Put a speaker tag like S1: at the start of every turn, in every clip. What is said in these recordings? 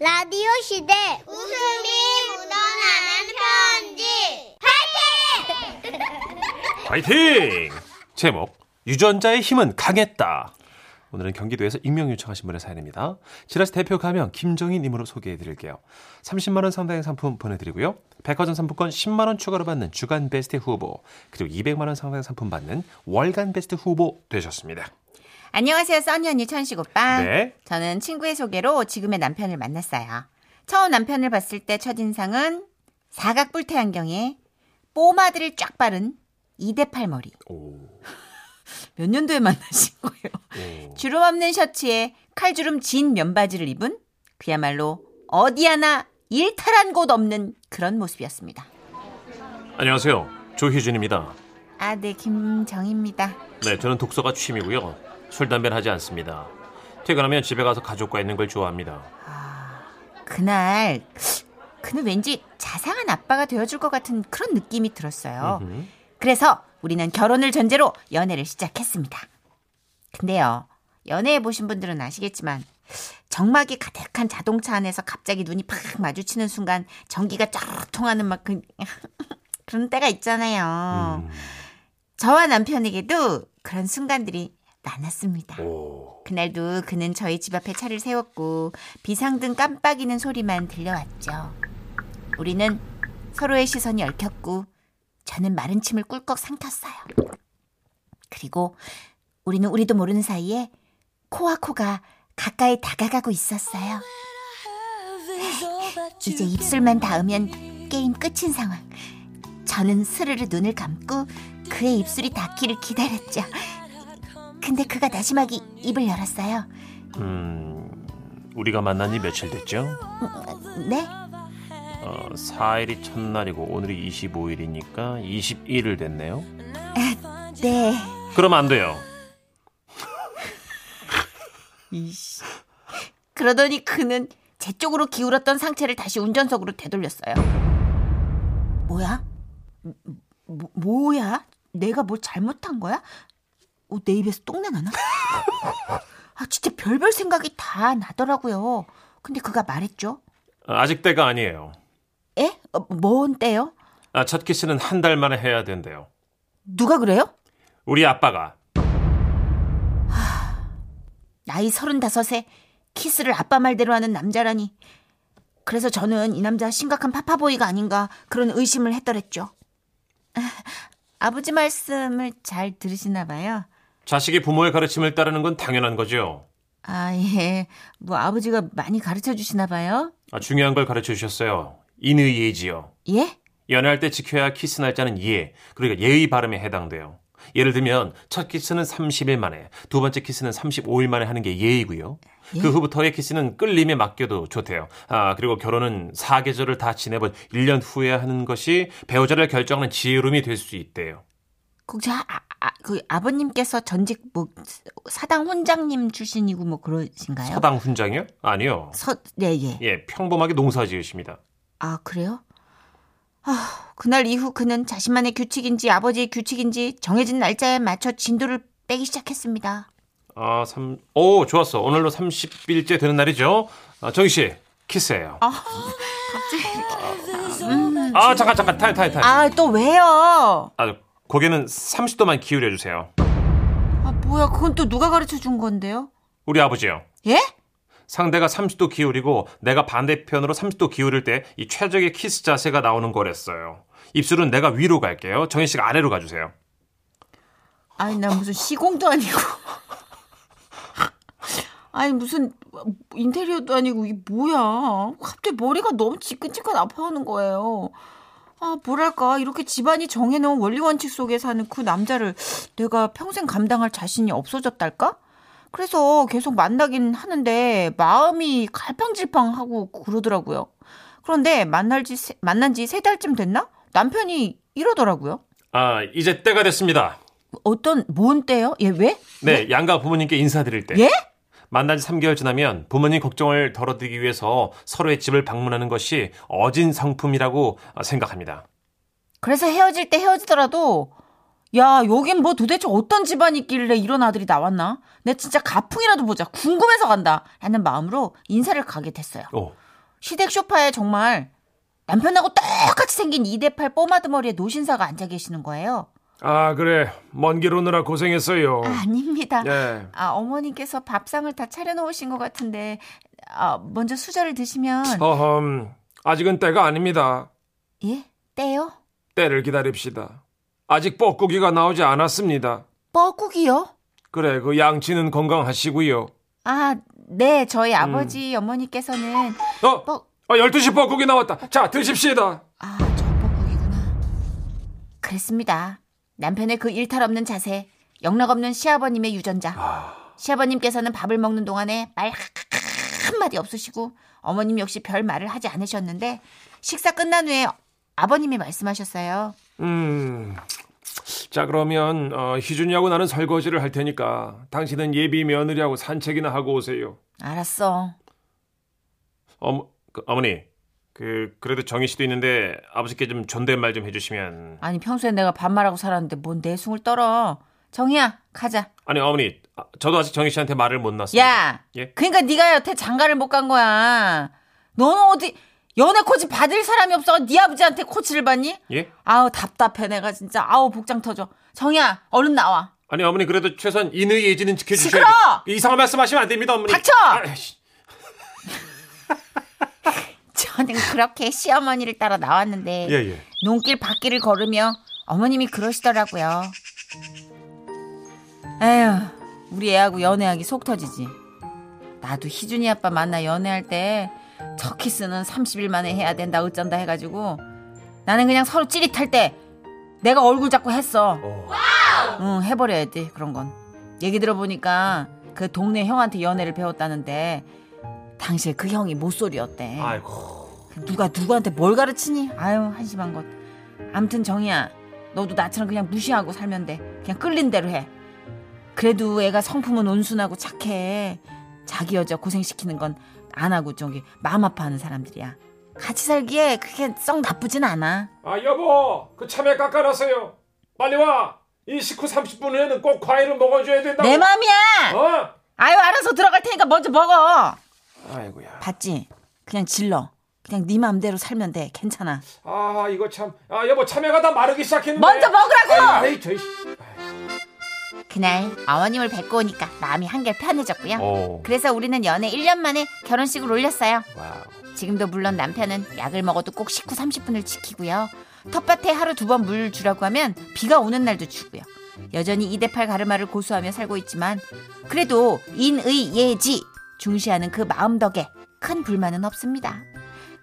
S1: 라디오 시대 웃음이 묻어나는 편지 파이팅!
S2: 파이팅! 제목 유전자의 힘은 강했다. 오늘은 경기도에서 익명 요청하신 분의 사연입니다. 지라시 대표 가명 김정희님으로 소개해드릴게요. 30만 원 상당의 상품 보내드리고요. 백화점 상품권 10만 원 추가로 받는 주간 베스트 후보 그리고 200만 원 상당의 상품 받는 월간 베스트 후보 되셨습니다.
S3: 안녕하세요, 써니 언니 천식 오빠.
S2: 네.
S3: 저는 친구의 소개로 지금의 남편을 만났어요. 처음 남편을 봤을 때 첫인상은 사각뿔테 안경에 뽀마드를 쫙 바른 2대8 머리.
S2: 오,
S3: 몇 년도에 만나신 거예요? 주름 없는 셔츠에 칼주름 진 면바지를 입은 그야말로 어디 하나 일탈한 곳 없는 그런 모습이었습니다.
S2: 안녕하세요. 조희준입니다.
S3: 아, 네, 김정입니다.
S2: 네, 저는 독서가 취미고요. 술, 담배는 하지 않습니다. 퇴근하면 집에 가서 가족과 있는 걸 좋아합니다.
S3: 그날 그는 왠지 자상한 아빠가 되어줄 것 같은 그런 느낌이 들었어요. 그래서 우리는 결혼을 전제로 연애를 시작했습니다. 근데요, 연애해 보신 분들은 아시겠지만 정막이 가득한 자동차 안에서 갑자기 눈이 팍 마주치는 순간 전기가 쫙 통하는 막 그, 그런 때가 있잖아요.
S2: 음.
S3: 저와 남편에게도 그런 순간들이 많았습니다.
S2: 오,
S3: 그날도 그는 저희 집 앞에 차를 세웠고 비상등 깜빡이는 소리만 들려왔죠. 우리는 서로의 시선이 얽혔고 저는 마른 침을 꿀꺽 삼켰어요. 그리고 우리는 우리도 모르는 사이에 코와 코가 가까이 다가가고 있었어요. 이제 입술만 닿으면 게임 끝인 상황. 저는 스르르 눈을 감고 그의 입술이 닿기를 기다렸죠. 근데 그가 나지막이 입을 열었어요.
S2: 음, 우리가 만난 지 며칠 됐죠?
S3: 네?
S2: 어, 4일이 첫날이고 오늘이 25일이니까 21일 됐네요.
S3: 네.
S2: 그럼 안 돼요.
S3: 그러더니 그는 제 쪽으로 기울었던 상체를 다시 운전석으로 되돌렸어요. 뭐야? 뭐, 뭐야? 내가 뭘 잘못한 거야? 어, 내 입에서 똥내 나나? 아, 진짜 별별 생각이 다 나더라고요. 근데 그가 말했죠.
S2: 아, 아직 때가 아니에요.
S3: 에? 어, 뭔 때요?
S2: 아, 첫 키스는 한 달 만에 해야 된대요.
S3: 누가 그래요?
S2: 우리 아빠가
S3: 나이 서른다섯에 키스를 아빠 말대로 하는 남자라니. 그래서 저는 이 남자 심각한 파파보이가 아닌가 그런 의심을 했더랬죠. 아버지 말씀을 잘 들으시나 봐요.
S2: 자식이 부모의 가르침을 따르는 건 당연한 거죠.
S3: 아, 예. 뭐 아버지가 많이 가르쳐 주시나 봐요.
S2: 아, 중요한 걸 가르쳐 주셨어요. 인의 예지요.
S3: 예?
S2: 연애할 때 지켜야 키스 날짜는 예, 그러니까 예의 발음에 해당돼요. 예를 들면 첫 키스는 30일 만에, 두 번째 키스는 35일 만에 하는 게 예이고요. 그 후부터의 키스는 끌림에 맡겨도 좋대요. 아, 그리고 결혼은 사계절을 다 지내본 1년 후에 하는 것이 배우자를 결정하는 지혜로움이 될 수 있대요.
S3: 혹시 아, 아, 아, 그 아버님께서 전직 뭐 사당 훈장님 출신이고 뭐 그러신가요?
S2: 서당 훈장이요? 아니요.
S3: 서, 네, 예.
S2: 예, 평범하게 농사 지으십니다.
S3: 아, 그래요? 아, 그날 이후 그는 자신만의 규칙인지 아버지의 규칙인지 정해진 날짜에 맞춰 진도를 빼기 시작했습니다.
S2: 아, 삼, 오, 좋았어. 오늘로 30일째 되는 날이죠. 아, 정희 씨, 키스해요. 아, 잠깐, 잠깐, 타임, 타임, 타임.
S3: 아, 또 왜요?
S2: 아, 고개는 30도만 기울여 주세요.
S3: 아, 뭐야, 그건 또 누가 가르쳐 준 건데요?
S2: 우리 아버지요.
S3: 예?
S2: 상대가 30도 기울이고 내가 반대편으로 30도 기울일 때 이 최적의 키스 자세가 나오는 거랬어요. 입술은 내가 위로 갈게요. 정희 씨가 아래로 가주세요.
S3: 아니, 나 무슨 시공도 아니고. 아니, 무슨 인테리어도 아니고, 이게 뭐야. 갑자기 머리가 너무 지끈지끈 아파하는 거예요. 아, 뭐랄까. 이렇게 집안이 정해놓은 원리원칙 속에 사는 그 남자를 내가 평생 감당할 자신이 없어졌달까? 그래서 계속 만나긴 하는데 마음이 갈팡질팡하고 그러더라고요. 그런데 만날 지, 세- 만난 지 세 달쯤 됐나? 남편이 이러더라고요.
S2: 아, 이제 때가 됐습니다.
S3: 어떤, 뭔 때요? 예, 왜?
S2: 네, 양가 부모님께 인사드릴 때.
S3: 예?
S2: 만난 지 3개월 지나면 부모님 걱정을 덜어드리기 위해서 서로의 집을 방문하는 것이 어진 성품이라고 생각합니다.
S3: 그래서 헤어질 때 헤어지더라도 야 여긴 뭐 도대체 어떤 집안이 있길래 이런 아들이 나왔나? 내 진짜 가풍이라도 보자 궁금해서 간다 라는 마음으로 인사를 가게 됐어요
S2: 오,
S3: 시댁 쇼파에 정말 남편하고 똑같이 생긴 2대8 뽀마드 머리의 노신사가 앉아 계시는 거예요.
S2: 아 그래 먼 길 오느라 고생했어요.
S3: 아, 닙니다
S2: 예.
S3: 아, 어머님께서 밥상을 다 차려놓으신 것 같은데, 아, 먼저 수저를 드시면,
S2: 어흠 아직은 때가 아닙니다.
S3: 예? 때요?
S2: 때를 기다립시다. 아직 뻐꾸기가 나오지 않았습니다.
S3: 뻐국이요?
S2: 그래 그 양치는 건강하시고요.
S3: 아, 네, 저희 아버지, 어머니께서는,
S2: 어?
S3: 뻐,
S2: 아 12시 뻐꾸기 나왔다. 자 드십시다.
S3: 아, 저 뻐국이구나. 그랬습니다. 남편의 그 일탈 없는 자세, 영락 없는 시아버님의 유전자. 시아버님께서는 밥을 먹는 동안에 말 한마디 없으시고, 어머님 역시 별 말을 하지 않으셨는데, 식사 끝난 후에 아버님이 말씀하셨어요.
S2: 음. 자 그러면 어, 희준이하고 나는 설거지를 할 테니까 당신은 예비 며느리하고 산책이나 하고 오세요.
S3: 알았어.
S2: 어머, 그, 어머니. 그 그래도 정희 씨도 있는데 아버지께 좀 존댓말 좀 해주시면.
S3: 아니 평소에 내가 반말하고 살았는데 뭔 내숭을 떨어. 정희야 가자.
S2: 아니 어머니, 아, 저도 아직 정희 씨한테 말을 못 놨습니다.
S3: 야.
S2: 예?
S3: 그러니까 네가 여태 장가를 못 간 거야. 너는 어디 연애 코치 받을 사람이 없어. 네 아버지한테 코치를 받니?
S2: 예?
S3: 아우 답답해 내가 진짜. 아우 복장 터져. 정희야 얼른 나와.
S2: 아니 어머니 그래도 최소한 인의 예지는 지켜주셔야
S3: 시끄러!
S2: 돼. 이상한 말씀하시면 안 됩니다 어머니.
S3: 닥쳐!
S2: 아이씨.
S3: 저는 그렇게 시어머니를 따라 나왔는데
S2: 예, 예.
S3: 눈길 밖길을 걸으며 어머님이 그러시더라고요. 에휴, 우리 애하고 연애하기 속 터지지. 나도 희준이 아빠 만나 연애할 때 첫 키스는 30일 만에 해야 된다 어쩐다 해가지고 나는 그냥 서로 찌릿할 때 내가 얼굴 잡고 했어.
S2: 어.
S3: 응, 해버려야지 그런 건. 얘기 들어보니까 그 동네 형한테 연애를 배웠다는데 당시에 그 형이 모쏠이었대.
S2: 아이고.
S3: 누가 누구한테 뭘 가르치니? 아유 한심한 것. 암튼 정이야, 너도 나처럼 그냥 무시하고 살면 돼. 그냥 끌린 대로 해. 그래도 애가 성품은 온순하고 착해. 자기 여자 고생시키는 건 안 하고 저기 마음 아파하는 사람들이야. 같이 살기에 그게 썩 나쁘진 않아.
S2: 아 여보, 그 참외 깎아놨어요. 빨리 와. 이 식후 30분 후에는 꼭 과일을 먹어줘야 된다.
S3: 내 맘이야.
S2: 어?
S3: 아유 알아서 들어갈 테니까 먼저 먹어.
S2: 아이고야.
S3: 봤지? 그냥 질러. 그냥 네 맘대로 살면 돼. 괜찮아.
S2: 아 이거 참. 아 여보 참외가 다 마르기 시작했는데.
S3: 먼저 먹으라고.
S2: 아이 저이.
S3: 그날 어머님을 뵙고 오니까 마음이 한결 편해졌고요.
S2: 오.
S3: 그래서 우리는 연애 1년 만에 결혼식을 올렸어요.
S2: 와우.
S3: 지금도 물론 남편은 약을 먹어도 꼭 식후 30분을 지키고요. 텃밭에 하루 두 번 물 주라고 하면 비가 오는 날도 주고요. 여전히 2대8 가르마를 고수하며 살고 있지만 그래도 인의 예지 중시하는 그 마음 덕에 큰 불만은 없습니다.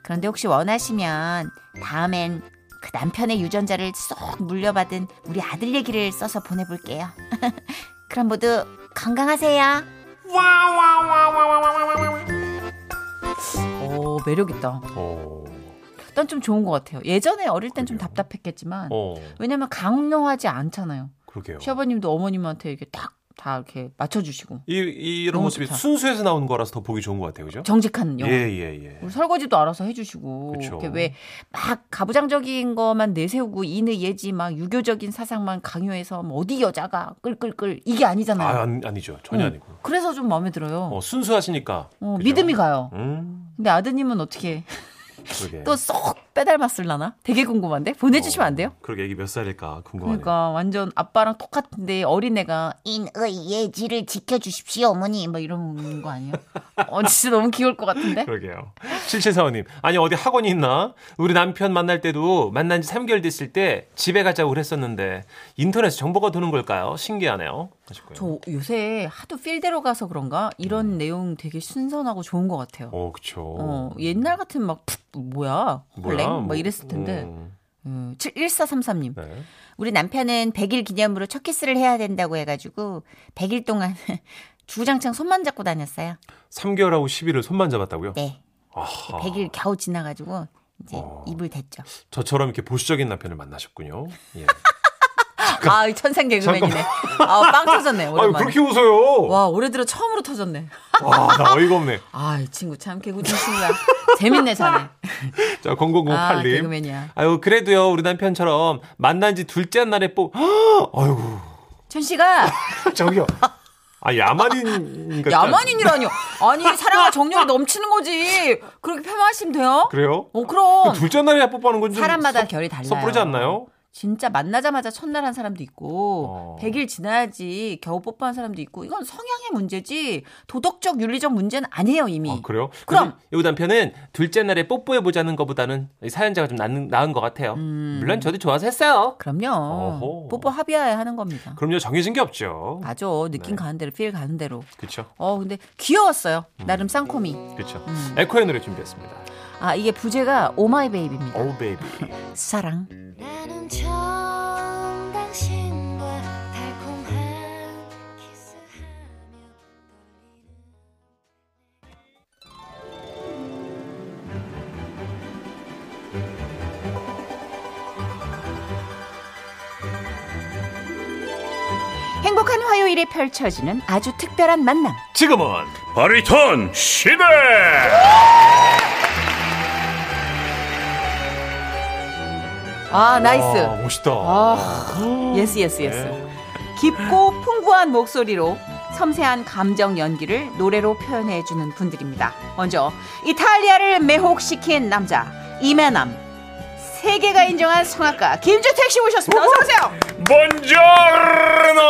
S3: 그런데 혹시 원하시면 다음엔 그 남편의 유전자를 쏙 물려받은 우리 아들 얘기를 써서 보내볼게요. 그럼 모두 건강하세요. 오 매력있다.
S2: 어.
S3: 일단 좀 좋은 것 같아요. 예전에 어릴 땐 좀 답답했겠지만
S2: 어.
S3: 왜냐면 강요하지 않잖아요.
S2: 그러게요.
S3: 시아버님도 어머님한테 이게 딱 다 이렇게 맞춰주시고
S2: 이, 이 이런
S3: 너무
S2: 모습이
S3: 좋다.
S2: 순수해서 나온 거라서 더 보기 좋은 것 같아요, 그죠?
S3: 정직한 영화.
S2: 예예 예.
S3: 우리 설거지도 알아서 해주시고
S2: 그쵸.
S3: 이렇게 왜 막 가부장적인 것만 내세우고 인의 예지 막 유교적인 사상만 강요해서 뭐 어디 여자가 끌끌끌 이게 아니잖아요.
S2: 아 아니, 아니죠, 전혀
S3: 응.
S2: 아니고.
S3: 그래서 좀 마음에 들어요.
S2: 어, 순수하시니까.
S3: 음. 어,
S2: 그죠?
S3: 믿음이 가요.
S2: 음,
S3: 근데 아드님은 어떻게
S2: 그러게.
S3: 또 쏙 빼닮았을라나? 되게 궁금한데 보내주시면 안 돼요?
S2: 어, 그러게 이게 몇 살일까 궁금하네요.
S3: 그러니까 완전 아빠랑 똑같은데 어린애가
S1: 인의 예지를 지켜주십시오, 어머니.
S3: 막뭐 이런 거 아니에요? 어, 진짜 너무 귀여울 것 같은데?
S2: 그러게요. 7745님. 아니, 어디 학원이 있나? 우리 남편 만날 때도 만난 지 3개월 됐을 때 집에 가자고 그랬었는데 인터넷에 정보가 도는 걸까요? 신기하네요. 하셨고요.
S3: 저 요새 하도 필대로 가서 그런가 이런 내용 되게 신선하고 좋은 것 같아요.
S2: 음. 어, 그쵸.
S3: 어, 옛날 같으면 막 푹, 뭐야? 헐랭?
S2: 뭐,
S3: 막 이랬을 텐데.
S2: 음,
S3: 음, 1433님.
S2: 네.
S3: 우리 남편은 100일 기념으로 첫 키스를 해야 된다고 해가지고 100일 동안 주구장창 손만 잡고 다녔어요.
S2: 3개월하고 10일을 손만 잡았다고요?
S3: 네.
S2: 아하.
S3: 100일 겨우 지나가지고 이제
S2: 어.
S3: 입을 댔죠.
S2: 저처럼 이렇게 보수적인 남편을 만나셨군요. 예.
S3: 아, 이 천생 개그맨이네. 아, 빵 터졌네.
S2: 아유,
S3: 오랜만에.
S2: 그렇게 웃어요.
S3: 와, 올해 들어 처음으로 터졌네.
S2: 와, 나 어이가 없네.
S3: 아, 이 친구 참 개구진 친구야. 재밌네, 자네.
S2: 자,
S3: 아,
S2: 0008님.
S3: 개그맨이야.
S2: 아유, 그래도요, 우리 남편처럼 만난 지 둘째 날에 뽀, 아이고,
S3: 천 씨가
S2: 저기요. 아 야만인 같지
S3: 야만인이라뇨. 아니 사랑과 정력이 넘치는 거지. 그렇게 폄하하시면 돼요?
S2: 않- 그래요?
S3: 어 그럼
S2: 그 둘째 날에 뽀뽀하는 건 좀
S3: 사람마다 결이 달라요.
S2: 섣부르지 않나요?
S3: 진짜 만나자마자 첫날 한 사람도 있고
S2: 어.
S3: 백 100일 지나야지 겨우 뽀뽀한 사람도 있고 이건 성향의 문제지 도덕적 윤리적 문제는 아니에요 이미.
S2: 아, 그래요?
S3: 그럼.
S2: 요 남편은 둘째 날에 뽀뽀해 보자는 것보다는 이 사연자가 좀 낫는- 나은, 것 같아요.
S3: 음.
S2: 물론 저도 좋아서 했어요.
S3: 그럼요.
S2: 어허.
S3: 뽀뽀 합의해야 하는 겁니다.
S2: 그럼요 정해진 게 없죠.
S3: 맞아. 느낌 가는 대로 필 가는 대로.
S2: 그렇죠,
S3: 어 근데 귀여웠어요. 나름 쌍코미.
S2: 그렇죠.
S3: 음.
S2: 에코의 노래 준비했습니다. Oh,
S3: 아 이게 부제가 오마이 베이비입니다.
S2: 오 베이비.
S3: 사랑.
S4: 나는 처음 당신과 달콤한 키스하며
S3: 행복한 화요일에 펼쳐지는 아주 특별한 만남.
S2: 지금은
S5: 바리톤 시대
S3: 아
S2: 아,
S3: 나이스.
S2: 멋있다.
S3: 아 예스 예스 예스. 깊고 풍부한 목소리로 섬세한 감정 연기를 노래로 표현해 주는 분들입니다. 먼저 이탈리아를 매혹시킨 남자 이매남 세계가 인정한 성악가 김주택 씨 오셨습니다. 어서 오세요.
S5: 본조르노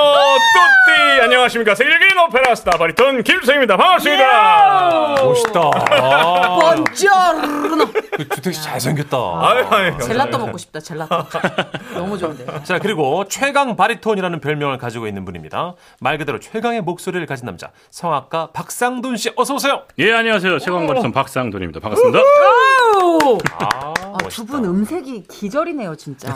S5: 뚜띠 안녕하십니까 세계적인 오페라 스타 바리톤 김수입니다
S3: 예!
S5: 반갑습니다
S2: 멋있다. 아,
S3: 번쩍.
S2: 그 주택 씨 잘생겼다.
S5: 아유, 아유,
S3: 젤라또 먹고 싶다. 젤라또. 너무 좋은데.
S2: 자 그리고 최강 바리톤이라는 별명을 가지고 있는 분입니다. 말 그대로 최강의 목소리를 가진 남자 성악가 박상돈 씨 어서 오세요.
S5: 예 안녕하세요 최강 바리톤 박상돈입니다 반갑습니다
S2: 아,
S3: 두 분 음색이 기절이네요, 진짜.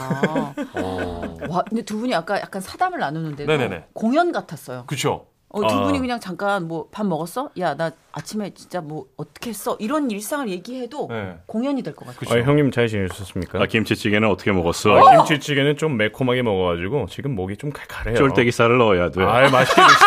S3: 와, 근데 두 분이 아까 약간 사담을 나누는데
S2: 어. 네네네.
S3: 공연 같았어요.
S2: 그렇죠.
S3: 어, 두
S5: 아.
S3: 분이 그냥 잠깐 뭐 밥 먹었어? 야, 나 아침에 진짜 뭐 어떻게 했어? 이런 일상을 얘기해도
S2: 네.
S3: 공연이 될 것 같아요.
S6: 아, 형님 잘 지내셨습니까?
S5: 아, 김치찌개는 어떻게 먹었어
S6: 아, 김치찌개는 좀 매콤하게 먹어가지고 지금 목이 좀 칼칼해요.
S5: 쫄대기 쌀을 넣어야 돼
S6: 아, 맛있게 드시죠.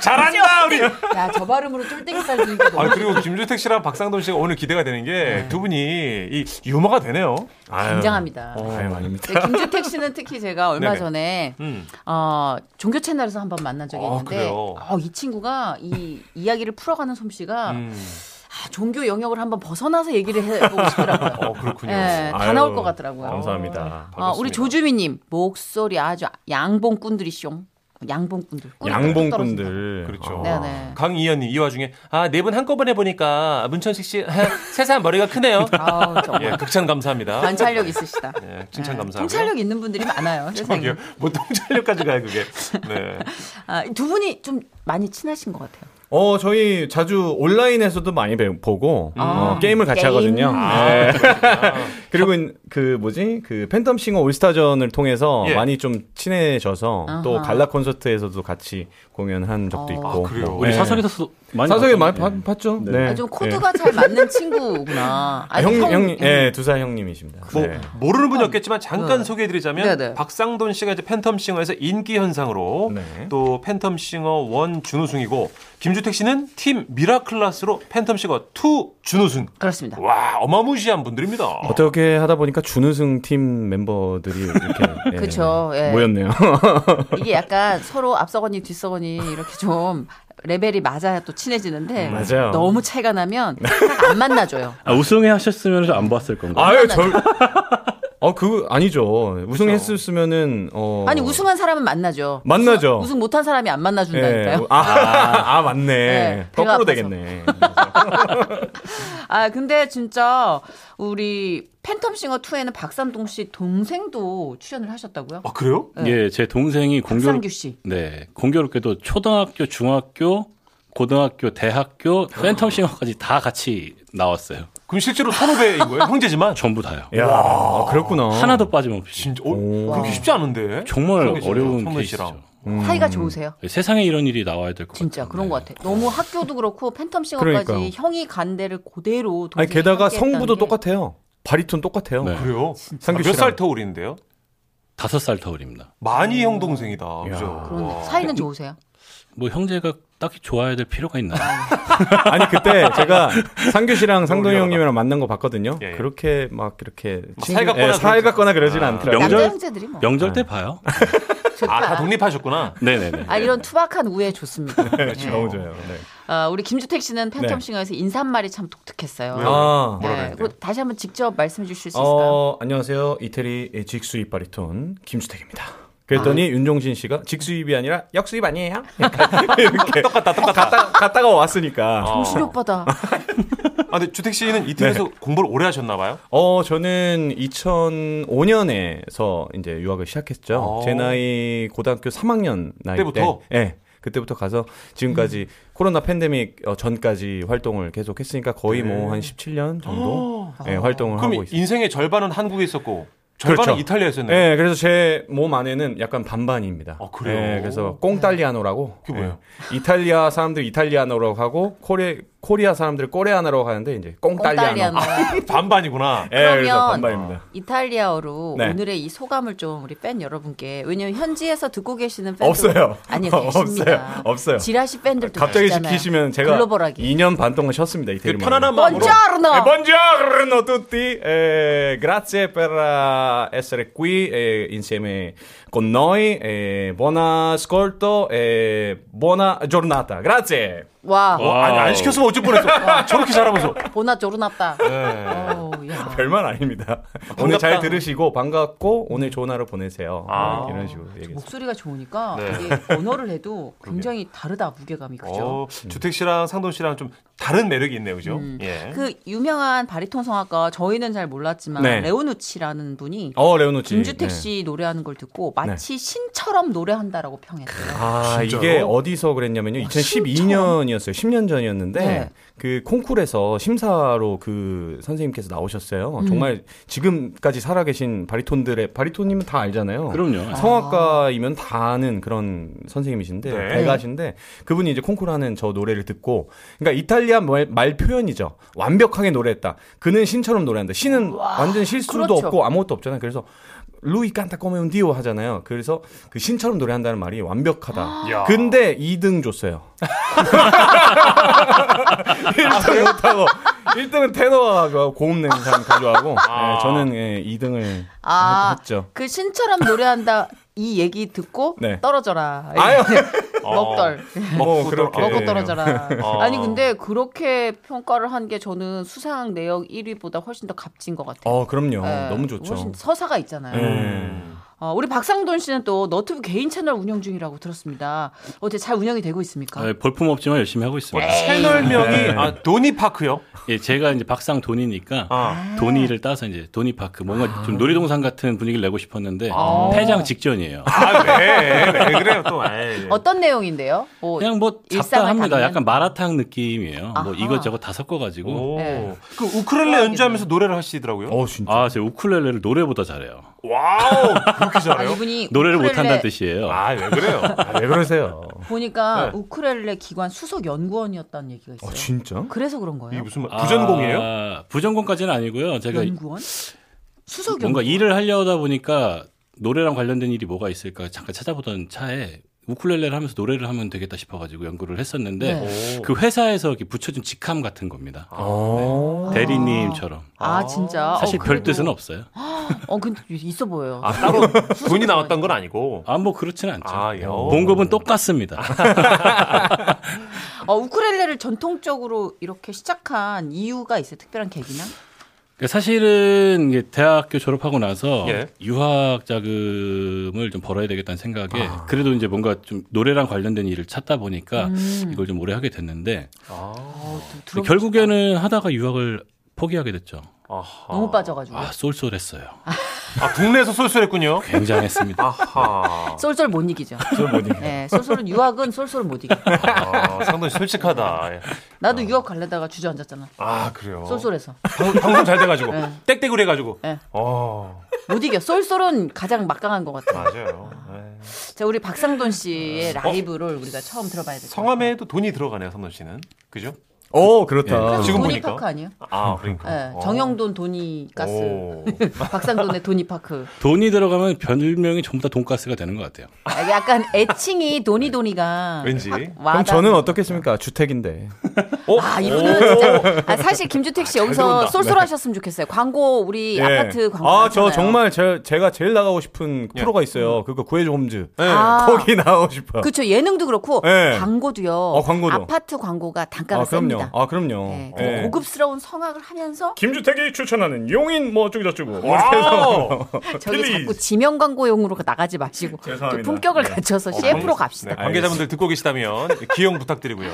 S2: 잘한다 우리.
S3: 야, 저 발음으로 쫄대기살 들기도
S2: 그 아 그리고 김주택 씨랑 박상돈 씨가 오늘 기대가 되는 게
S3: 네.
S2: 두 분이 이 유머가 되네요. 그
S3: 굉장합니다.
S6: 아유, 아닙니다.
S3: 근데 김주택 씨는 특히 제가 얼마
S2: 어. 네네.
S3: 전에
S2: 음.
S3: 어, 종교 채널에서 한번 만난 적이
S2: 아,
S3: 있는데
S2: 그래요?
S3: 어, 이 친구가 이 이야기를 풀어가는 솜씨가
S2: 음.
S3: 아, 종교 영역을 한번 벗어나서 얘기를 해보고 싶더라고요.
S2: 어 그렇군요.
S3: 예, 다
S6: 아유,
S3: 나올 것 같더라고요.
S6: 감사합니다.
S3: 아, 우리 조주미님 목소리 아주 양봉꾼들이쇼. 양봉꾼들. 꿀이 떨어진다.
S6: 양봉꾼들.
S2: 그렇죠.
S6: 아,
S3: 네네.
S2: 강이현님 이 와중에 아 네 분 한꺼번에 보니까 문천식 씨 세상 머리가 크네요.
S3: 아우
S2: 예,
S3: 정말
S2: 극찬 감사합니다.
S3: 관찰력 있으시다.
S2: 예, 칭찬
S3: 예,
S2: 감사합니다.
S3: 통찰력 있는 분들이 많아요. 세상에.
S2: 그러게요. 뭐 통찰력까지 가요 그게. 네.
S3: 아, 두 분이 좀 많이 친하신 것 같아요.
S6: 어, 저희 자주 온라인에서도 많이 배- 보고
S3: 아.
S6: 어, 게임을 같이
S1: 게임.
S6: 하거든요. 네. 그리고 인- 그 뭐지? 그 팬텀 싱어 올스타전을 통해서
S2: 예.
S6: 많이 좀 친해져서 또
S3: 아하. 어.
S6: 갈라 콘서트에서도 같이 공연한 적도 있고.
S2: 아, 그래요?
S5: 뭐, 우리
S6: 네.
S5: 사석에서도 많이
S6: 사석에 많이
S5: 봤죠?
S6: 봤- 봤죠? 네.
S3: 아, 좀 코드가 잘 맞는 친구구나.
S6: 아,
S3: 아니,
S6: 형님,
S3: 형-
S6: 형님, 예, 두 살 형님이십니다.
S2: 뭐
S6: 네.
S2: 모르는 분이 없겠지만 잠깐
S3: 네.
S2: 소개해드리자면
S3: 네, 네.
S2: 박상돈 씨가 이제 팬텀싱어에서 인기 현상으로
S6: 네.
S2: 또 팬텀싱어 1 준우승이고 김주택 씨는 팀 미라클라스로 팬텀싱어 2 준우승.
S3: 그렇습니다.
S2: 와 어마무시한 분들입니다.
S6: 어떻게 하다 보니까 준우승 팀 멤버들이 이렇게 예,
S3: 그쵸, 예.
S6: 모였네요.
S3: 이게 약간 서로 앞서거니 뒤서거니 이렇게 좀 레벨이 맞아야 또 친해지는데
S6: 음, 맞아요.
S3: 너무 차이가 나면 딱안 만나줘요.
S5: 아, 우승해 하셨으면 안 봤을 건가
S6: 아유
S3: 네.
S6: 절. 어 그거 아니죠. 우승했었으면은 어.
S3: 아니 우승한 사람은 만나죠.
S6: 만나죠.
S3: 우승 못한 사람이 안
S6: 예.
S3: 만나준다니까요.
S6: 아, 아, 맞네.
S3: 네, 배가
S6: 거꾸로
S3: 아파서.
S6: 되겠네.
S3: 아 근데 진짜 우리 팬텀싱어 2에는 박삼동 씨 동생도 출연을 하셨다고요?
S6: 어,
S2: 아 그래요?
S3: 네.
S5: 예, 제 동생이 공교롭
S3: 박상규 씨.
S5: 네, 공교롭게도 초등학교, 중학교, 고등학교, 대학교, 팬텀싱어까지 다 같이 나왔어요.
S2: 그럼 실제로 선후배인 거예요? 형제지만
S5: 전부 다요.
S6: 야, 아, 그렇구나.
S5: 하나도 빠짐없이.
S2: 아. 예. 진짜 어, 그렇게 쉽지 않은데.
S5: 정말
S2: 성민 씨랑
S5: 어려운
S2: 성민 씨랑.
S5: 케이스죠.
S6: 음.
S3: 사이가 좋으세요.
S5: 예, 세상에 이런 일이 나와야 될 것 같아요.
S3: 진짜 그런 것 같아. 너무 학교도 그렇고 팬텀싱어까지
S6: 네. 그러니까요.
S3: 형이 간 데를 그대로.
S6: 아니
S3: 동생이
S6: 게다가
S3: 함께 했다는
S6: 성부도
S3: 게
S6: 똑같아요. 바리톤 똑같아요.
S5: 네.
S2: 그래요?
S6: 상규 씨랑.
S2: 몇살 터울인데요?
S5: 다섯 살 터울입니다.
S2: 많이
S3: 음.
S2: 형 동생이다. 그죠?
S3: 그런데
S2: 와.
S3: 사이는 좋으세요.
S5: 뭐 형제가 딱히 좋아야 될 필요가 있나요?
S6: 아니 그때 제가 상규 씨랑 상동이
S2: 올려라.
S6: 형님이랑 만난 거 봤거든요.
S2: 예, 예.
S6: 그렇게 막 이렇게 친구-
S2: 사이갔거나
S6: 예, 사이같거나 그러진
S2: 아,
S6: 않더라고요.
S5: 명절-
S3: 남자 형제들이 뭐.
S5: 명절 때 봐요.
S2: 아, 다 독립하셨구나.
S5: 네네네.
S3: 아, 이런 투박한 우애 좋습니다. 예.
S6: 너무 좋아요. 네.
S3: 아, 우리 김주택 씨는
S6: 네.
S3: 팬텀싱어에서 인사말이 참 독특했어요.
S2: 왜요?
S6: 아,
S2: 뭐라
S3: 네.
S2: 그랬대요?
S3: 그거 다시 한번 직접 말씀해 주실 수 있을까요?
S6: 어, 안녕하세요. 이태리 의 직수입 바리톤 김주택입니다. 그랬더니 윤종신 씨가 직수입이 아니라 역수입 아니에요? 약간 이렇게 똑같다, 똑같다. 갔다, 갔다가 왔으니까.
S3: 정신 오빠다.
S6: 어,
S2: 아, 근데 주택 씨는 이태리에서
S6: 네.
S2: 공부를 오래 하셨나봐요.
S6: 어, 저는 2005년에서 이제 유학을 시작했죠.
S2: 어.
S6: 제 나이 고등학교 3학년 나이
S2: 그때부터? 음.
S6: 때. 예. 그때부터 가서 지금까지 코로나 팬데믹 어, 전까지 활동을 계속 했으니까 거의 뭐 한 17년 정도 예, 활동을
S2: 네. 아. 그럼
S6: 하고 있어요.
S2: 인생의 절반은 한국에 있었고 절반은
S6: 그렇죠.
S2: 이탈리아였었네요.
S6: 예, 그래서 제 몸 안에는 약간 반반입니다.
S2: 아, 그래요?
S6: 예, 그래서 꽁달리아노라고.
S2: 그게 뭐예요?
S6: 예, 이탈리아 사람들 이탈리아노라고 하고 코레 코리아 사람들 코레아노라고 하는데 이제 꽁달리아노.
S3: 어, 꽁딸리아노.
S2: 반반이구나.
S6: 예, 그래서
S3: 그러면
S6: 반반입니다.
S3: 이탈리아어로
S6: 네.
S3: 오늘의 이 소감을 좀 우리 팬 여러분께 왜냐면 현지에서 듣고 계시는 팬
S6: 없어요.
S3: 아니요
S6: 없어요.
S3: 계십니다.
S6: 없어요.
S3: 지라시 팬들도
S6: 갑자기
S3: 계시잖아요.
S6: 시키시면 제가
S3: 글로벌하게 어.
S6: 2년 반 동안 쉬었습니다.
S2: 그
S6: 이태리만.
S2: 편안한 마음으로
S3: 번짜르노
S6: Eh, buongiorno tutti, eh, grazie per eh, essere qui eh, insieme con noi. eh, buon ascolto e buona giornata. Grazie.
S3: 와
S2: 어, 아니, 안 시켰으면 어쩔 뻔했어. 저렇게 잘하면서.
S3: 보나 조르났다
S2: 네.
S3: 야.
S6: 별말 아닙니다. 오늘 잘
S2: 반갑다.
S6: 들으시고 반갑고 오늘 좋은 하루 보내세요.
S2: 아.
S6: 이런 식으로 얘기했어요.
S3: 목소리가 좋으니까
S2: 네.
S3: 이게 언어를 해도 굉장히 다르다 무게감이 그죠
S2: 어,
S6: 음.
S2: 주택 씨랑 상돈 씨랑 좀 다른 매력이 있네요, 그죠? 예.
S3: 그 유명한 바리톤 성악가 저희는 잘 몰랐지만
S6: 네.
S3: 레오누치라는 분이
S6: 어, 레오노치. 네.
S3: 김주택 씨 노래하는 걸 듣고 마치 신처럼 노래한다라고 평했어요.
S6: 아,
S2: 진짜요?
S6: 이게 어디서 그랬냐면요. 2012년이었어요. 10년 전이었는데
S3: 네.
S6: 그 콩쿨에서 심사로 그 선생님께서 나오셨어요. 정말 지금까지 살아계신 바리톤들의 바리톤이면 다 알잖아요.
S5: 그럼요.
S6: 성악가이면 다 아는 그런 선생님이신데
S2: 네.
S6: 대가신데 그분이 이제 콩쿨 하는 저 노래를 듣고 그러니까 이탈리아 말, 말 표현이죠. 완벽하게 노래했다. 그는 신처럼 노래한다. 신은 완전 실수도
S3: 그렇죠.
S6: 없고 아무것도 없잖아요. 그래서 루이 깐타 꼬메운 디오 하잖아요. 그래서 그 신처럼 노래한다는 말이 완벽하다.
S2: 야.
S6: 근데 2등 줬어요. 1등 못하고 1등은 그 테너하고 고음 내는 사람 가져가고 예, 저는 예, 2등을
S3: 아,
S6: 했죠.
S3: 그 신처럼 노래한다 이 얘기 듣고
S6: 네.
S3: 떨어져라.
S6: 아유.
S3: 먹덜.
S6: 뭐 그렇게
S3: 먹고 떨어져라.
S2: 어.
S3: 아니 근데 그렇게 평가를 한 게 저는 수상 내역 1위보다 훨씬 더 값진 것 같아요.
S6: 어, 그럼요.
S3: 예,
S6: 너무 좋죠.
S3: 훨씬 서사가 있잖아요.
S6: 음.
S3: 어, 우리 박상돈 씨는 또 너튜브 개인 채널 운영 중이라고 들었습니다. 어때 잘 운영이 되고 있습니까?
S5: 네, 볼품 없지만 열심히 하고 있습니다.
S2: 어,
S3: 네.
S2: 채널명이
S6: 네.
S2: 아, 도니 파크요.
S5: 예, 제가 이제 박상 돈이니까
S2: 아.
S5: 돈이를 따서 이제 돈이 파크 뭔가
S3: 아.
S5: 좀 놀이동산 같은 분위기를 내고 싶었는데 폐장 직전이에요.
S2: 아, 왜? 왜 그래요, 또. 아, 예. 에이.
S3: 어떤 내용인데요? 뭐
S5: 그냥 뭐
S3: 일상을
S5: 잡다합니다.
S3: 담는?
S5: 약간 마라탕 느낌이에요.
S3: 아하.
S5: 뭐 이것저것 다 섞어가지고.
S2: 오.
S3: 네.
S2: 그 우크렐레 연주하면서 노래를 하시더라고요.
S6: 어, 진짜.
S5: 아, 제가 우쿨렐레를 노래보다 잘해요.
S2: 와우, 그렇게
S3: 아,
S2: 잘해요?
S3: 이분이
S5: 노래를
S3: 우쿨렐레
S5: 못한다는 뜻이에요.
S2: 아, 왜 그래요?
S6: 아, 왜 그러세요?
S3: 보니까
S2: 네.
S3: 우크렐레 기관 수석 연구원이었다는 얘기가 있어요.
S6: 어, 진짜?
S3: 그래서 그런 거예요?
S2: 이게 무슨 말- 부전공이에요?
S5: 아, 부전공까지는 아니고요. 제가
S3: 연구원? 수석 연구원.
S5: 뭔가 일을 하려다 보니까 노래랑 관련된 일이 뭐가 있을까 잠깐 찾아보던 차에 우쿨렐레를 하면서 노래를 하면 되겠다 싶어가지고 연구를 했었는데
S3: 네.
S2: 오.
S5: 그 회사에서 이렇게 붙여준 직함 같은 겁니다. 아.
S6: 어.
S5: 대리님처럼.
S3: 아 진짜.
S5: 사실
S3: 어,
S5: 별
S3: 그래도-
S5: 뜻은 없어요.
S3: 어 근데 있어 보여요.
S2: 아, 따로 돈이 나왔던 건 아니고.
S5: 아, 뭐 그렇진 않죠.
S2: 아, 예. 어.
S5: 봉급은 똑같습니다.
S3: 어, 우크렐레를 전통적으로 이렇게 시작한 이유가 있어요. 특별한 계기나?
S5: 그러니까 사실은 이게 대학교 졸업하고 나서
S2: 예.
S5: 유학 자금을 좀 벌어야 되겠다는 생각에 그래도 이제 뭔가 좀 노래랑 관련된 일을 찾다 보니까
S3: 음.
S5: 이걸 좀 오래 하게 됐는데
S2: 아.
S3: 어, 두- 들어보고
S5: 결국에는 하다가 유학을 포기하게 됐죠.
S2: 아하.
S3: 너무 빠져가지고.
S5: 아 쏠쏠했어요.
S2: 아, 국내에서 쏠쏠했군요.
S5: 굉장했습니다.
S2: 아하.
S3: 쏠쏠 못 이기죠. 네, 쏠쏠은 유학은 쏠쏠을 못 이겨.
S2: 아, 상당히 솔직하다. 예.
S3: 나도 유학 갈래다가 주저앉았잖아.
S2: 아, 그래요.
S3: 쏠쏠해서
S2: 방, 방송 잘 돼가지고.
S3: 네.
S2: 땡땡으로 해가지고.
S3: 네.
S2: 어,
S3: 못 이겨. 쏠쏠은 가장 막강한 것 같아.
S2: 맞아요. 네.
S3: 자, 우리 박상돈 씨의 라이브를 우리가 처음 들어봐야 될 것 같아요.
S2: 성함에도 돈이 들어가네요, 선돈 씨는. 그죠?
S6: 오, 그렇다.
S5: 예.
S6: 지금
S3: 도니
S6: 보니까.
S3: 파크 아니에요?
S6: 아, 그러니까.
S3: 네,
S2: 어.
S3: 정영돈 도니 가스,
S6: 오.
S3: 박상돈의 도니 파크.
S5: 돈이 들어가면 별명이 전부 다 돈가스가 되는 것 같아요.
S3: 아, 약간 애칭이 도니 도니가 아,
S2: 왠지.
S3: 와.
S6: 그럼 저는 어떻겠습니까? 주택인데. 오,
S3: 아 이분은 진짜 아, 사실 김주택 씨 여기서
S6: 들어온다.
S3: 쏠쏠하셨으면 좋겠어요. 광고 우리
S6: 예.
S3: 아파트 광고.
S6: 아, 저
S3: 하잖아요.
S6: 정말 제, 제가 제일 나가고 싶은
S5: 예.
S6: 프로가
S5: 음.
S6: 있어요. 그거 구해줘 홈즈. 예,
S3: 아.
S6: 거기 나가고 싶어.
S3: 그쵸 예능도 그렇고
S6: 예.
S3: 광고도요.
S6: 광고도.
S3: 아파트 광고가 단가가
S6: 아,
S3: 셉니다.
S6: 그럼요. 아, 그럼요.
S3: 네,
S6: 예.
S3: 그리고 고급스러운 성악을 하면서
S6: 김주택이 추천하는 용인 뭐 어쩌고저쩌고.
S2: 와우.
S3: 저기
S6: Please.
S3: 자꾸 지명 광고용으로 나가지 마시고 좀
S6: 죄송합니다.
S3: 품격을
S6: 네.
S3: 갖춰서
S2: 광고-
S3: CF로 갑시다.
S2: 네, 관계자분들 듣고 계시다면 기용 부탁드리고요.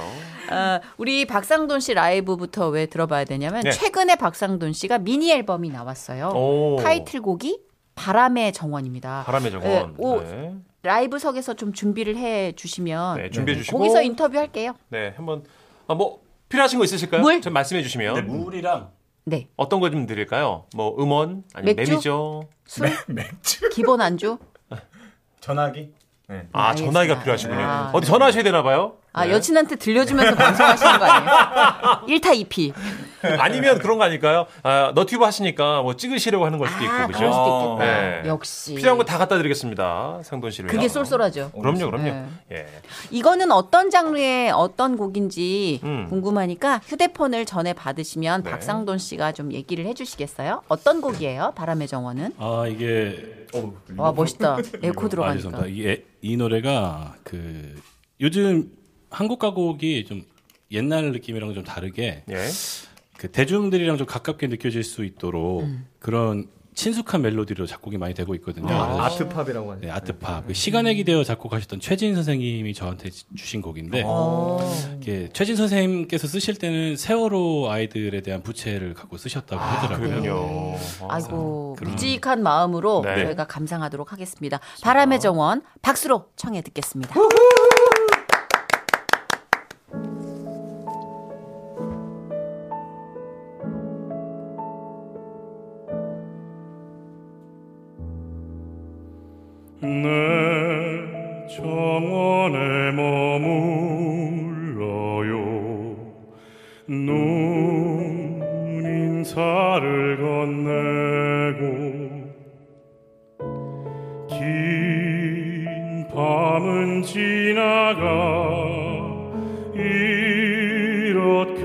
S3: 어, 우리 박상돈 씨 라이브부터 왜 들어봐야 되냐면
S2: 네.
S3: 최근에 박상돈 씨가 미니 앨범이 나왔어요.
S2: 오.
S3: 타이틀곡이 바람의 정원입니다.
S2: 바람의
S3: 예,
S2: 정원.
S3: 오,
S2: 네.
S3: 라이브석에서 좀 준비를 해 주시면
S2: 네, 준비해 주시고.
S3: 거기서 인터뷰할게요.
S2: 네, 한번 아, 뭐 필요하신 거 있으실까요?
S3: 물?
S2: 좀 말씀해 주시면
S5: 물이랑
S3: 네.
S2: 어떤 걸 좀 드릴까요? 뭐 음원 아니면
S3: 맥주?
S2: 매미죠?
S3: 술 기본 안주.
S6: 전화기.
S2: 아,
S3: 알겠습니다.
S2: 전화기가 필요하시군요.
S3: 아,
S2: 어디 전화하셔야 되나 봐요? 네.
S3: 아, 여친한테 들려주면서 방송하시는 거 아니에요? 1타 2피.
S2: 아니면 그런 거 아닐까요? 아, 너튜브 하시니까 뭐 찍으시려고 하는 걸 수도
S3: 아,
S2: 있고
S3: 그럴
S2: 그죠?
S3: 수도 있겠다.
S2: 네.
S3: 역시.
S2: 필요한 거 다 갖다 드리겠습니다. 상돈 씨를.
S3: 그게 쏠쏠하죠.
S2: 그럼요, 그럼요.
S3: 네.
S2: 예.
S3: 이거는 어떤 장르의 어떤 곡인지
S2: 음. 궁금하니까
S3: 궁금하니까 휴대폰을 전에 받으시면
S2: 네. 박상돈
S3: 박상돈 씨가 좀 얘기를 해주시겠어요? 어떤 곡이에요? 바람의 정원은?
S5: 아 이게
S3: 와 멋있다. 에코
S5: 아,
S3: 들어가니까.
S5: 죄송합니다. 이, 애- 이 노래가 그 요즘 한국 가곡이 좀 옛날 느낌이랑 좀 다르게
S2: 예.
S5: 그 대중들이랑 좀 가깝게 느껴질 수 있도록
S3: 음.
S5: 그런 친숙한 멜로디로 작곡이 많이 되고 있거든요. 그래서
S6: 아, 트팝이라고 하죠.
S5: 네, 아트팝. 그 시간에 기대어 작곡하셨던 최진 선생님이 저한테 지- 주신 곡인데,
S3: 어.
S5: 이게 최진 선생님께서 쓰실 때는 세월호 아이들에 대한 부채를 갖고 쓰셨다고
S6: 아,
S5: 하더라고요. 네.
S2: 그렇군요. 아,
S3: 네. 아이고
S5: 그럼.
S3: 묵직한 마음으로
S2: 네.
S3: 저희가 감상하도록 하겠습니다. 바람의 정원 박수로 청해 듣겠습니다.
S7: 내 정원에 머물러요 눈 인사를 건네고 긴 밤은 지나가 이렇게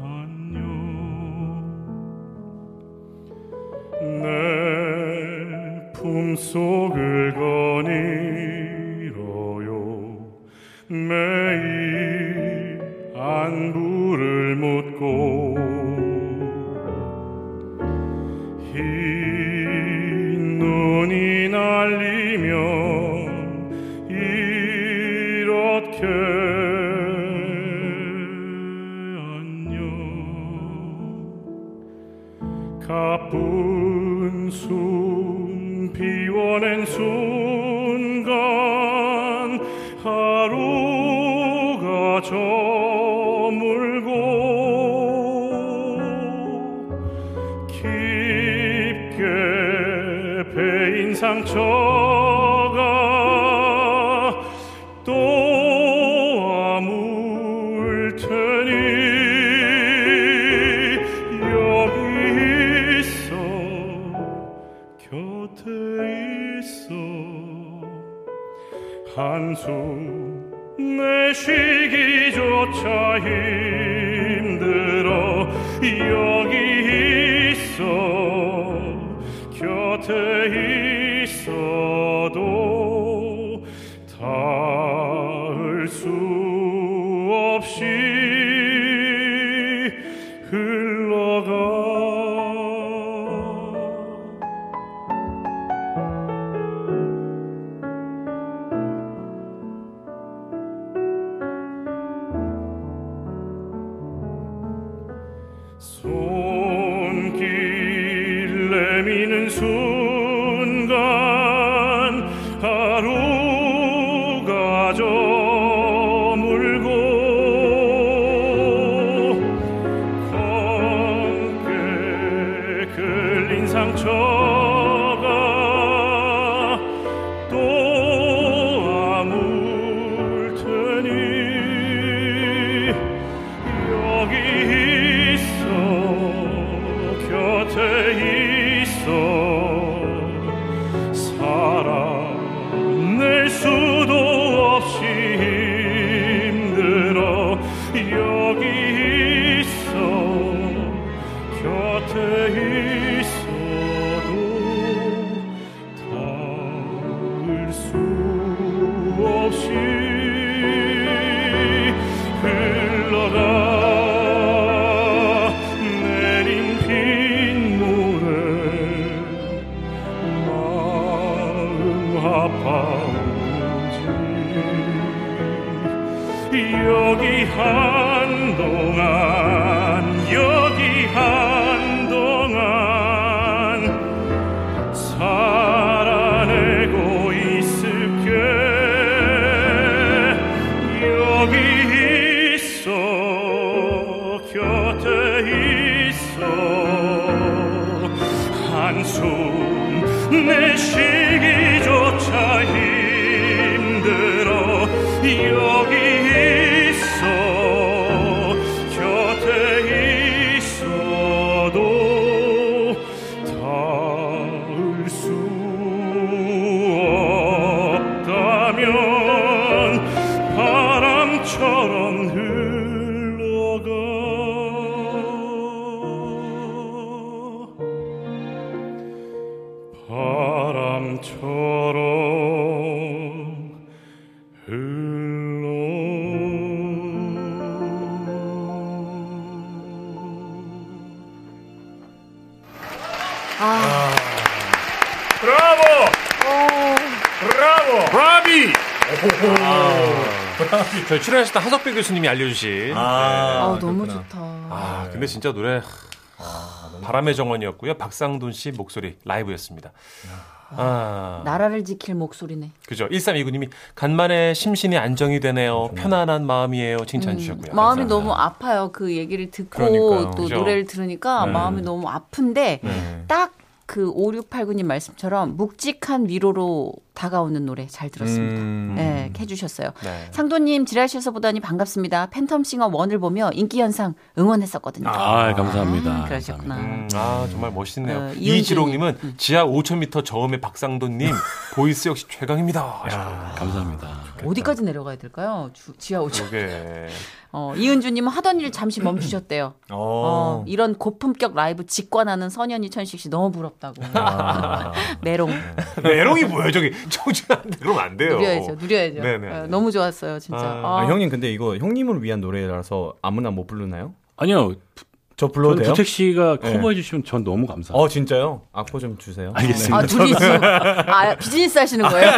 S7: 안녕 내 품속을 거닐어요 매일 안부를 묻고 흰 눈이 날리면 이렇게 안녕 가쁜 숨 비워낸 순간 하루가 저물고 깊게 베인 상처가 또 아물 테니 여기 있어 곁에 있어 한숨 내쉬기조차 힘들어 여기 있어 곁에 있어도 닿을 수 없이 흘러가 손길 내미는 순간 하루가 저물고 검게 끌린 상처가 또 아물 테니 여기 한동안 여기 한동안 살아내고 있을게 여기 있어 곁에 있어 한숨 내쉬기조차 힘들어 여기 있어 곁에 있어도 닿을 수 없다면 바람처럼 흘러가 바람처럼 흘러
S6: 브라보! 브라보!
S2: 브라비! 저희 출연하셨던 하석배 교수님이 알려주신.
S3: 아,
S6: 아,
S3: 너무
S6: 그렇구나.
S3: 좋다.
S2: 아, 근데 진짜 노래 아, 바람의 정원이었고요. 박상돈 씨 목소리 라이브였습니다. 아,
S3: 나라를 지킬 목소리네.
S2: 그죠. 1329님이 간만에 심신이 안정이 되네요. 편안한 마음이에요. 칭찬 주셨고요.
S3: 마음이
S2: 감사합니다.
S3: 너무 아파요. 그 얘기를 듣고
S6: 그러니까요.
S3: 또
S2: 그죠?
S3: 노래를 들으니까 마음이 너무 아픈데
S6: 네.
S3: 딱 그 5689님 말씀처럼 묵직한 위로로 다가오는 노래 잘 들었습니다.
S6: 음.
S3: 네, 해주셨어요.
S2: 네.
S3: 상도님 지라시에서 보다니 반갑습니다. 팬텀싱어 원을 보며 인기 현상 응원했었거든요.
S5: 아, 감사합니다.
S3: 음, 그러셨구나.
S2: 음, 아 정말 멋있네요.
S3: 어, 이은주님.
S2: 이지롱님은 지하 5,000m 저음의 박상돈님 보이스 역시 최강입니다. 하셨고요.
S5: 감사합니다. 감사합니다.
S3: 어디까지 내려가야 될까요? 주- 지하 5층.
S2: 그러게.
S3: 어, 이은주님은 하던 일 잠시 멈추셨대요. 어,
S6: 어.
S3: 이런 고품격 라이브 직관하는 선현이 천식 씨 너무 부럽다고. 메롱.
S2: 메롱이 뭐예요 저기 청춘한테 그러면 안 돼요.
S3: 누려야죠, 누려야죠.
S2: 네네.
S3: 어, 너무 좋았어요, 진짜.
S2: 아,
S3: 아.
S6: 아, 형님 근데 이거 형님을 위한 노래라서 아무나 못 부르나요?
S5: 아니요.
S6: 저
S5: 저는
S6: 불러도 돼요?
S5: 부택 씨가
S6: 네.
S5: 커버해 주시면 전 너무 감사합니다.
S6: 어 진짜요? 악보 좀 주세요. 네.
S5: 알겠습니다.
S3: 아, 둘이 지금 아, 비즈니스 하시는 거예요?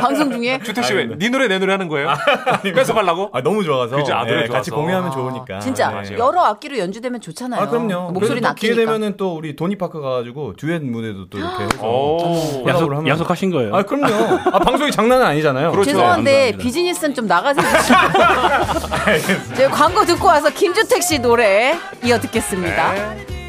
S3: 방송 중에?
S2: 주택 씨 왜? 네 노래 내 노래 하는 거예요? 뺏어가려고?
S6: 아 너무 좋아서.
S2: 그죠, 아, 노래
S6: 같이
S2: 좋아서.
S6: 공유하면
S3: 아,
S6: 좋으니까.
S3: 진짜
S6: 네.
S3: 여러 악기로 연주되면 좋잖아요.
S6: 아 그럼요.
S3: 목소리
S6: 그래서 또 기회
S3: 낮기니까.
S6: 되면은 또 우리 도니파크 가가지고 듀엣 무대도 또 이렇게
S2: 아, 어.
S5: 어.
S6: 해서.
S2: 오.
S6: 야, 콜라보를
S5: 약속,
S6: 하면-
S5: 약속하신 거예요?
S6: 아 그럼요. 아 방송이 장난 은 아니잖아요.
S2: 그렇죠.
S3: 죄송한데
S5: 감사합니다.
S3: 비즈니스는 좀 나가세요. 저희 광고 듣고 와서 김주택 씨 노래 이어 듣겠습니다.
S2: 네.